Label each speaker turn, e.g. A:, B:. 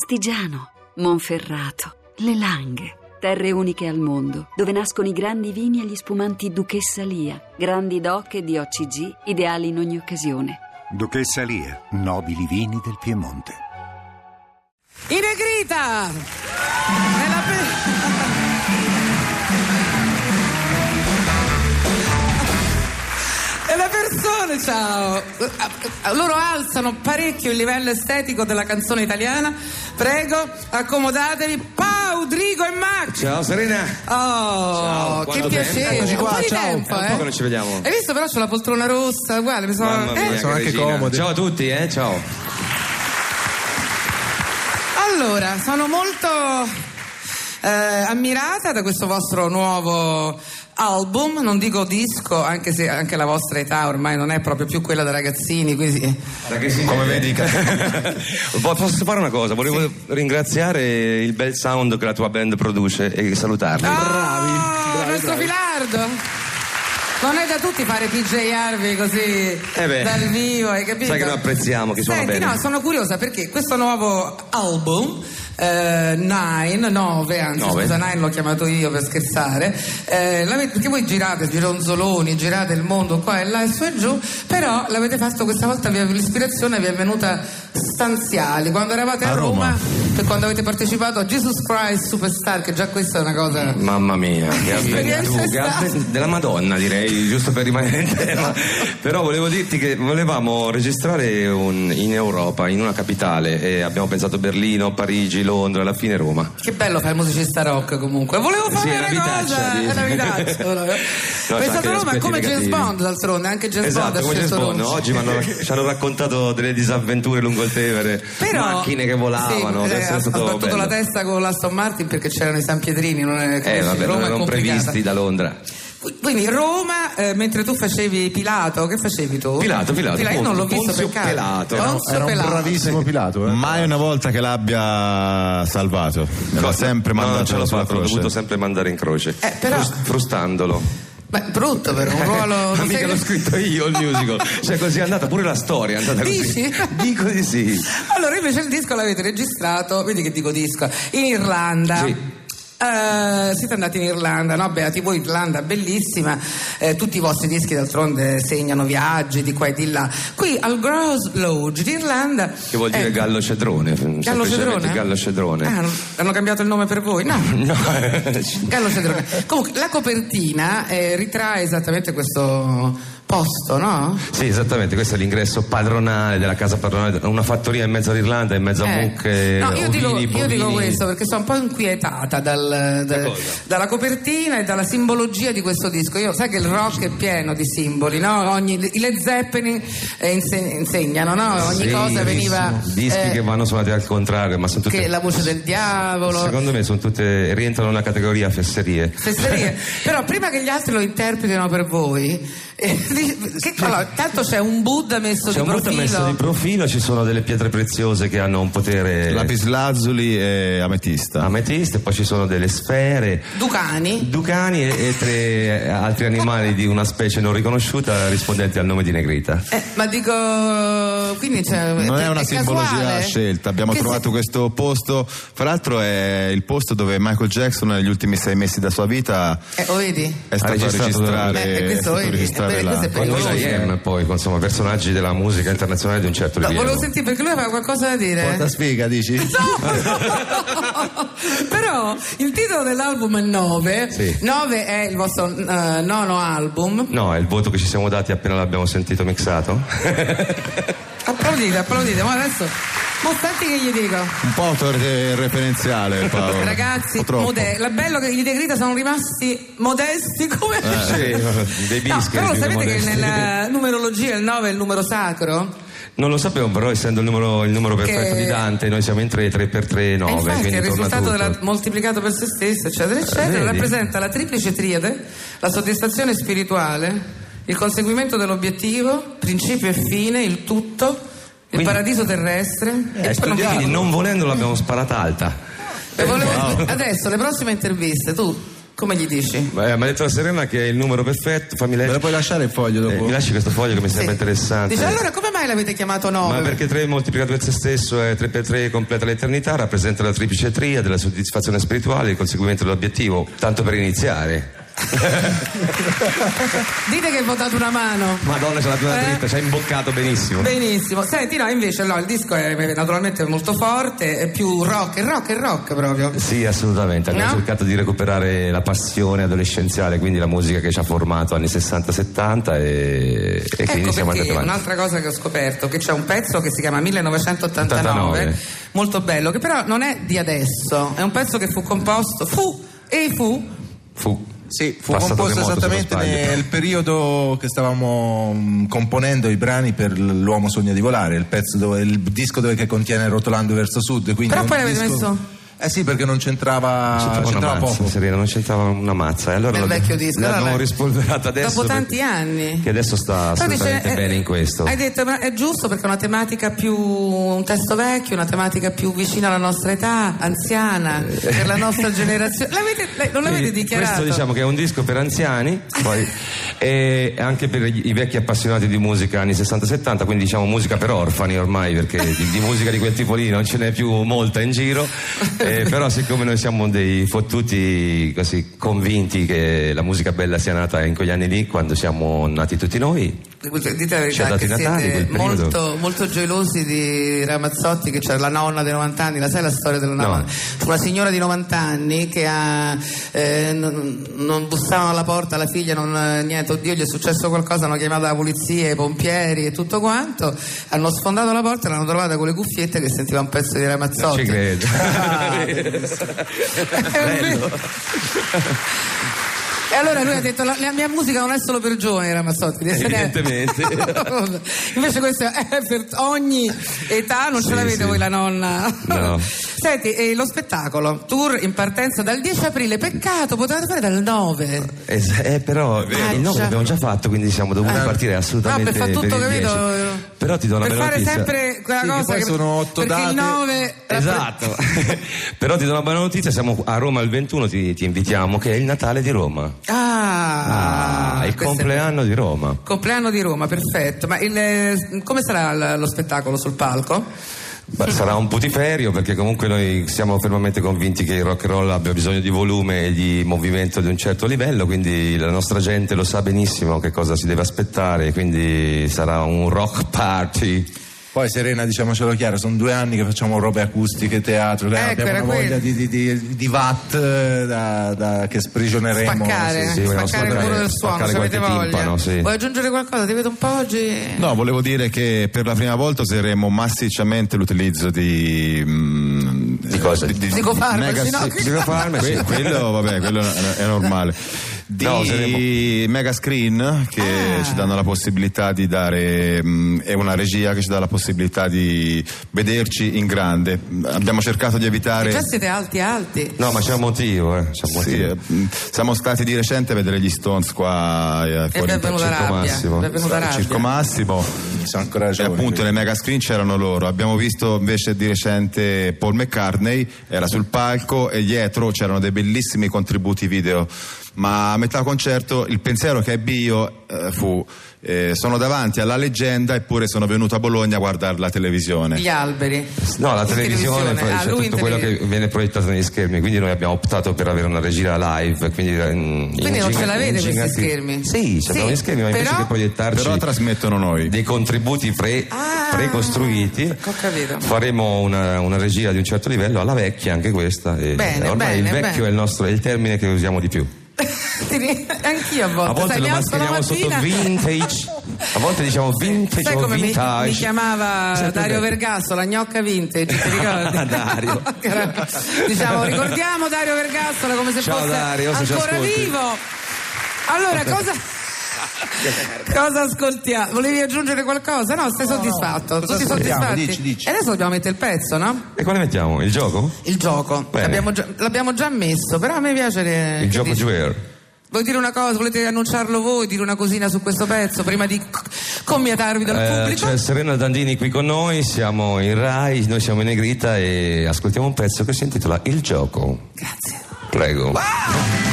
A: Astigiano, Monferrato, Le Langhe. Terre uniche al mondo, dove nascono i grandi vini e gli spumanti Duchessa Lia, grandi doc e di OCG, ideali in ogni occasione.
B: Duchessa Lia, nobili vini del Piemonte.
C: Inegrita! È la pe- E le persone, ciao! Loro alzano parecchio il livello estetico della canzone italiana. Prego, accomodatevi. Pau, Drigo e Max!
D: Ciao Serena!
C: Oh,
D: Ciao,
C: che
D: quanto
C: piacere!
D: tempo. Eccoci qua,
C: un po' di
D: ciao.
C: tempo,
D: È un po'
C: eh.
D: che non ci vediamo.
C: Hai visto però sulla poltrona rossa, uguale, mi sono...
D: Mamma mia,
C: Eh,
D: che
E: sono anche
D: regina.
E: comodi.
D: Ciao a tutti, eh, ciao.
C: Allora, sono molto eh, ammirata da questo vostro nuovo album, non dico disco, anche se anche la vostra età ormai non è proprio più quella da ragazzini,
D: Eh,
C: quindi
D: Come vedi, posso fare una cosa? Volevo ringraziare il bel sound che la tua band produce e salutarli.
C: Ah! bravi, questo Oh, Filardo. Non è da tutti fare PJ Harvey così
D: Eh beh,
C: dal vivo, hai capito?
D: sai che noi apprezziamo chi suona
C: Senti,
D: bene.
C: no, sono curiosa perché questo nuovo album eh, Nine, 9 anzi
D: Nove.
C: scusa Nine l'ho chiamato io per scherzare eh, l'avete- perché voi girate gironzoloni girate il mondo qua e là e su e giù però l'avete fatto questa volta vi- l'ispirazione vi è venuta stanziali quando eravate a,
E: A Roma.
C: per quando avete partecipato a Jesus Christ Superstar che già questa è una cosa
D: Mamma mia, che
C: Esperienza
D: avventura, che
C: estate.
D: avven- della Madonna direi, giusto per rimanere in tema. Però volevo dirti che volevamo registrare un- in Europa, in una capitale, e abbiamo pensato Berlino, Parigi, Londra, alla fine Roma.
C: Che bello fare il musicista rock comunque. Volevo
D: Sì,
C: fare
D: è la
C: una
D: vitaccia,
C: cosa.
D: dici.
C: È la vitaccia. volevo.
D: c'ha anche
C: Pensate a
D: gli
C: Roma
D: aspetti
C: come James
D: negativi.
C: Bond d'altronde, anche James Bond
D: esatto,
C: ha
D: come James
C: scelto
D: Bond.
C: Roma.
D: Oggi mi hanno- ci hanno raccontato delle disavventure lungo il Tevere,
C: Però,
D: macchine che volavano.
C: sì,
D: deve
C: eh,
D: essere
C: ha
D: stato
C: sbattuto
D: bello.
C: la testa con l'Aston Martin perché c'erano i San Pietrini, non è,
D: Eh,
C: capisci,
D: vabbè, non
C: Roma è
D: erano
C: complicata.
D: previsti da Londra.
C: Quindi Roma, eh, mentre tu facevi Pilato, che facevi tu?
D: Pilato, Pilato,
C: Io non l'ho visto
D: Ponzio
C: per caso.
D: Pilato, no?
C: Ponzio
E: Era un
C: Pilato.
E: bravissimo Pilato. Eh.
F: Mai una volta che l'abbia salvato, l'ha sempre
D: No,
F: mandato
D: non ce l'ho
F: sulla
D: fatta, l'ho dovuto
F: croce.
D: sempre mandare in croce.
C: Eh, però-
D: Frust- frustandolo.
C: Beh, brutto però, un ruolo...
D: Ma mica
C: sei-
D: l'ho scritto io il musical. cioè, così è andata pure la storia. È andata così.
C: Dici?
D: Dico di sì.
C: Allora invece il disco l'avete registrato, vedi che dico disco, in Irlanda.
D: Sì.
C: Eh, siete andati in Irlanda, no? Beati voi, Irlanda bellissima, eh, tutti i vostri dischi d'altronde segnano viaggi di qua e di là. Qui al Grouse Lodge d'Irlanda.
D: Che vuol dire
C: eh,
D: gallo cedrone. Cioè,
C: Gallo
D: semplicemente
C: Cedrone?
D: Gallo cedrone.
C: Ah, hanno cambiato il nome per voi? No.
D: No, eh,
C: Gallo Cedrone. Comunque la copertina eh, ritrae esattamente questo posto, no?
D: Sì, esattamente, questo è l'ingresso padronale della casa padronale, una fattoria in mezzo all'Irlanda, in mezzo a
C: Eh.
D: mucche.
C: No, io, dico,
D: ovini,
C: io
D: bovini.
C: dico questo perché sono un po' inquietata dal- dal- dalla copertina e dalla simbologia di questo disco. Io sai che il rock è pieno di simboli, no? Ogni, i Led Zeppelin eh, inse- insegnano, no? Ogni
D: Sì,
C: cosa veniva.
D: verissimo. Dischi
C: eh,
D: che vanno suonati al contrario, ma sono tutte.
C: che la voce del diavolo.
D: Secondo me sono tutte. rientrano nella categoria fesserie.
C: fesserie. Però prima che gli altri lo interpretino per voi, eh, di- che- allora, tanto c'è un Buddha messo
D: C'è
C: di
D: un brutto
C: profilo.
D: messo di profilo, ci sono delle pietre preziose che hanno un potere
F: Lapislazzuli e ametista.
D: ametiste, poi ci sono delle sfere.
C: Ducani.
D: Ducani e, e tre altri animali di una specie non riconosciuta rispondenti al nome di Negrita.
C: Eh, ma dico, quindi c'è,
F: Non è una
C: casuale.
F: simbologia a scelta, abbiamo
C: Che
F: trovato questo posto, fra l'altro è il posto dove Michael Jackson negli ultimi sei mesi della sua vita
C: si- eh, lo vedi?
F: è stato a
D: registrato-
C: Beh,
F: registrare,
C: questo
F: è stato a
C: è-
F: registrare
C: beh,
F: la-
C: questo è
D: Poi
C: Eh,
D: noi
C: no, sì.
D: IM, poi insomma, personaggi della musica internazionale di un certo
C: No,
D: livello.
C: volevo sentire perché lui aveva qualcosa da dire.
F: Porta sfiga, dici?
C: Esatto. No! Però il titolo dell'album è 9.
D: Sì.
C: 9 è il vostro eh, nono album.
D: No, è il voto che ci siamo dati appena l'abbiamo sentito mixato.
C: Applaudite, applaudite. Ma adesso, mo senti che gli dico.
F: Un po' autoreferenziale Paolo.
C: Ragazzi,
F: Un po' troppo.
C: mode- la bello che gli De Grita sono rimasti modesti
F: Eh,
C: come
D: sì, dei
C: No,
D: bischi.
C: però
D: più che
C: sapete
D: modesti.
C: che nella numerologia il 9 è il numero sacro?
D: Non lo sapevo, però essendo il numero, il numero perfetto
C: Che-
D: di Dante, noi siamo in 3, 3 per 3, 9.
C: e infatti
D: quindi
C: il
D: torna
C: risultato
D: tutto. Eh,
C: della- moltiplicato per se stesso, eccetera, eccetera,
D: vedi?
C: rappresenta la triplice triade, la soddisfazione spirituale, il conseguimento dell'obiettivo, principio e fine, il tutto, il
D: Quindi-
C: paradiso terrestre. e
D: Eh,
C: poi non
D: studiati,
C: parlo.
D: non volendo l'abbiamo sparata alta.
C: E volevo- Adesso, le prossime interviste, tu Come gmi dici?
D: Mi ha detto la Serena che è il numero perfetto, fammi
E: Me lo
D: leggere.
E: puoi lasciare il foglio
D: Eh,
E: dopo?
D: mi lasci questo foglio che mi sembra
C: Sì.
D: interessante.
C: Dice allora come mai l'avete chiamato 9?
D: Ma perché 3 moltiplicato per se stesso è 3 per 3 completa l'eternità, rappresenta la triplice tria della soddisfazione spirituale, il conseguimento dell'obiettivo, tanto per iniziare.
C: Dite che ho dato una mano.
D: Madonna, c'è la prima
C: Eh?
D: dritta, ci hai imboccato benissimo.
C: Benissimo, senti no, invece no, il disco è naturalmente molto forte, è più rock, è rock, è rock proprio.
D: Sì, assolutamente. Abbiamo
C: No?
D: cercato di recuperare la passione adolescenziale, quindi la musica che ci ha formato anni 60-70 e, e
C: ecco
D: quindi siamo andati
C: perché
D: avanti.
C: un'altra cosa che ho scoperto, che c'è un pezzo che si chiama 1989,
D: 89.
C: molto bello, che però non è di adesso, è un pezzo che fu composto, fu e fu
D: Fu
E: Sì, fu
D: passato
E: composto
D: remoto, se non
E: esattamente
D: sbaglio.
E: nel periodo che stavamo mh, componendo i brani per l- L'uomo sogna di volare, il, pezzo dove, il disco dove che contiene Rotolando verso sud. quindi
C: Però
E: un
C: poi l'avete
E: disco-
C: messo?
E: Eh sì, perché non c'entrava,
D: Ah, C'entrava una
E: c'entrava
D: mazza,
E: poco.
D: Serena, non c'entrava una mazza. E allora
C: Ah, Nel
D: l'abbiamo-
C: vecchio disco,
D: L'abbiamo
C: vabbè.
D: rispolverata adesso.
C: dopo tanti
D: perché-
C: anni.
D: Che adesso sta
C: Però
D: assolutamente
C: dice, eh,
D: bene in questo.
C: Hai detto, ma è giusto perché è una tematica più un testo vecchio, una tematica più vicina alla nostra età, anziana, per la nostra generazione. L'avete- lei- non l'avete
D: Quindi
C: dichiarato?
D: Questo diciamo che è un disco per anziani poi, e anche per gli- i vecchi appassionati di musica anni 60-70, quindi diciamo musica per orfani ormai, perché di, di musica di quel tipo lì non ce n'è più molta in giro, eh, però siccome noi siamo dei fottuti così convinti che la musica bella sia nata in quegli anni lì, quando siamo nati tutti noi,
C: Dite la
D: Ci ha
C: verità
D: dato
C: che
D: i Cioè, Natali,
C: siete
D: quel periodo.
C: molto, molto gelosi di Ramazzotti che c'era la nonna dei 90 anni, la sai la storia della nonna?
D: No.
C: C'è Una signora di 90 anni che ha, eh, non, non bussavano alla porta, la figlia non eh, niente, oddio gli è successo qualcosa, hanno chiamato la polizia, i pompieri e tutto quanto, hanno sfondato la porta e l'hanno trovata con le cuffiette che sentiva un pezzo di Ramazzotti.
D: ci credo.
C: È vero. E allora lui ha detto la, la mia musica non è solo per giovani Ramazzotti deve essere-
D: Evidentemente.
C: invece questo è per ogni età non
D: Sì,
C: ce l'avete
D: sì.
C: voi la nonna
D: No.
C: senti eh, lo spettacolo tour in partenza dal 10 aprile peccato potevate fare dal 9
D: Eh, s- eh, però
C: Ah,
D: il nome
C: già.
D: l'abbiamo già fatto, quindi siamo dovuti
C: Ah.
D: partire assolutamente
C: no, per far tutto
D: il
C: capito
D: 10. Però ti do una
C: per
D: bella
C: fare
D: notizia.
C: sempre quella
E: Sì, che
C: cosa
E: poi sono otto
C: perché
E: date.
C: il 9
D: Esatto, però ti do una buona notizia, siamo a Roma il 21, ti, ti invitiamo, che è il Natale di Roma.
C: ah,
D: Ah, il
C: questo è-
D: compleanno di Roma.
C: Compleanno di Roma, perfetto. Ma il, eh, come sarà l- lo spettacolo sul palco?
D: Beh, sarà un putiferio perché comunque noi siamo fermamente convinti che il rock and roll abbia bisogno di volume e di movimento di un certo livello, quindi la nostra gente lo sa benissimo che cosa si deve aspettare, quindi sarà un rock party.
E: Poi Serena, diciamocelo chiaro, sono due anni che facciamo robe acustiche, teatro, lei
C: Ecco,
E: abbiamo
C: era
E: una voglia
C: quello.
E: di, di, di, di watt eh, da, da- che sprigioneremo.
C: spaccare, eh,
D: sì, vogliamo
C: spaccare il
D: spaccare-
C: muro del suono,
D: spaccare
C: se avete
D: qualche
C: voglia.
D: timpano, sì.
C: Vuoi aggiungere qualcosa? Ti vedo un po' oggi.
F: No, volevo dire che per la prima volta useremo massicciamente l'utilizzo di. mm,
D: Di cosa?
C: Psicofarmaci,
F: mega-
C: no?
F: sì, psicofarmaci, que- quello, vabbè, quello è è normale. Di
D: No, useremo-
F: mega screen che
C: Ah.
F: ci danno la possibilità di dare. mm, è una regia che ci dà la possibilità di vederci in grande. Abbiamo cercato di evitare.
C: Già siete alti alti.
D: No, ma c'è un motivo, eh. C'è un
F: Sì,
D: motivo.
F: eh, mh, siamo stati di recente a vedere gli Stones qua eh,
C: E vi
F: fuori
C: è
F: in
C: venuta
D: Circo
C: rabbia.
D: Massimo.
C: vi è venuta
F: al
C: rabbia.
F: Circo Massimo
E: Sono ancora
F: e
E: giovani.
F: appunto le mega screen c'erano loro abbiamo visto invece di recente Paul McCartney era sul palco e dietro c'erano dei bellissimi contributi video ma a metà concerto il pensiero che ebbi io eh, fu eh, sono davanti alla leggenda eppure sono venuto a Bologna a guardare la televisione
C: Gli alberi.
D: No, la
C: In
D: televisione, poi
C: Ah,
D: c'è
C: lui in
D: tutto quello che
C: televisione.
D: viene proiettato negli schermi, quindi noi abbiamo optato per avere una regia live. Quindi, mm,
C: Quindi non ce l'avete questi schermi?
D: Sì, ci abbiamo
C: Sì,
D: gli schermi, ma invece
C: però-
D: che proiettarci
F: però trasmettono noi
D: dei contributi pre-
C: Ah,
D: precostruiti,
C: ho capito.
D: faremo una, una regia di un certo livello, alla vecchia anche questa. e
C: Bene,
D: ormai
C: bene,
D: il vecchio
C: bene.
D: è il, nostro, è il termine che usiamo di più.
C: Ti ri- Anch'io a volte.
D: A volte
C: sai,
D: lo
C: mi alzo la
D: mascheriamo sotto
C: mattina-
D: vintage, a volte diciamo vintage
C: Sai
D: o
C: come mi,
D: vintage.
C: mi chiamava
D: Sempre
C: Dario
D: bello.
C: Vergasso, la gnocca vintage, ti ricordi?
D: Dario.
C: Che era- diciamo, ricordiamo Dario Vergassola come se
D: Ciao,
C: fosse
D: Dario, se ci
C: ancora
D: ascolti.
C: vivo. Allora, cosa... Cosa ascoltiamo? Volevi aggiungere qualcosa? No, sei soddisfatto?
E: Cosa
C: Tutti
E: ascoltiamo?
C: soddisfatti?
E: Dici, dici.
C: E adesso dobbiamo mettere il pezzo, no?
D: E quale mettiamo? Il gioco?
C: Il gioco.
D: Bene.
C: L'abbiamo già, l'abbiamo già messo, però a me piace. che-
D: Il
C: che
D: gioco
C: Eh, dici?
D: Juer.
C: Vuoi dire una cosa? Volete annunciarlo voi? Dire una cosina su questo pezzo prima di c- commiatarvi dal
D: Eh,
C: pubblico?
D: c'è Serena Dandini qui con noi, siamo in Rai, noi siamo in Negrita e ascoltiamo un pezzo che si intitola Il gioco.
C: Grazie.
D: Prego.
C: Ah!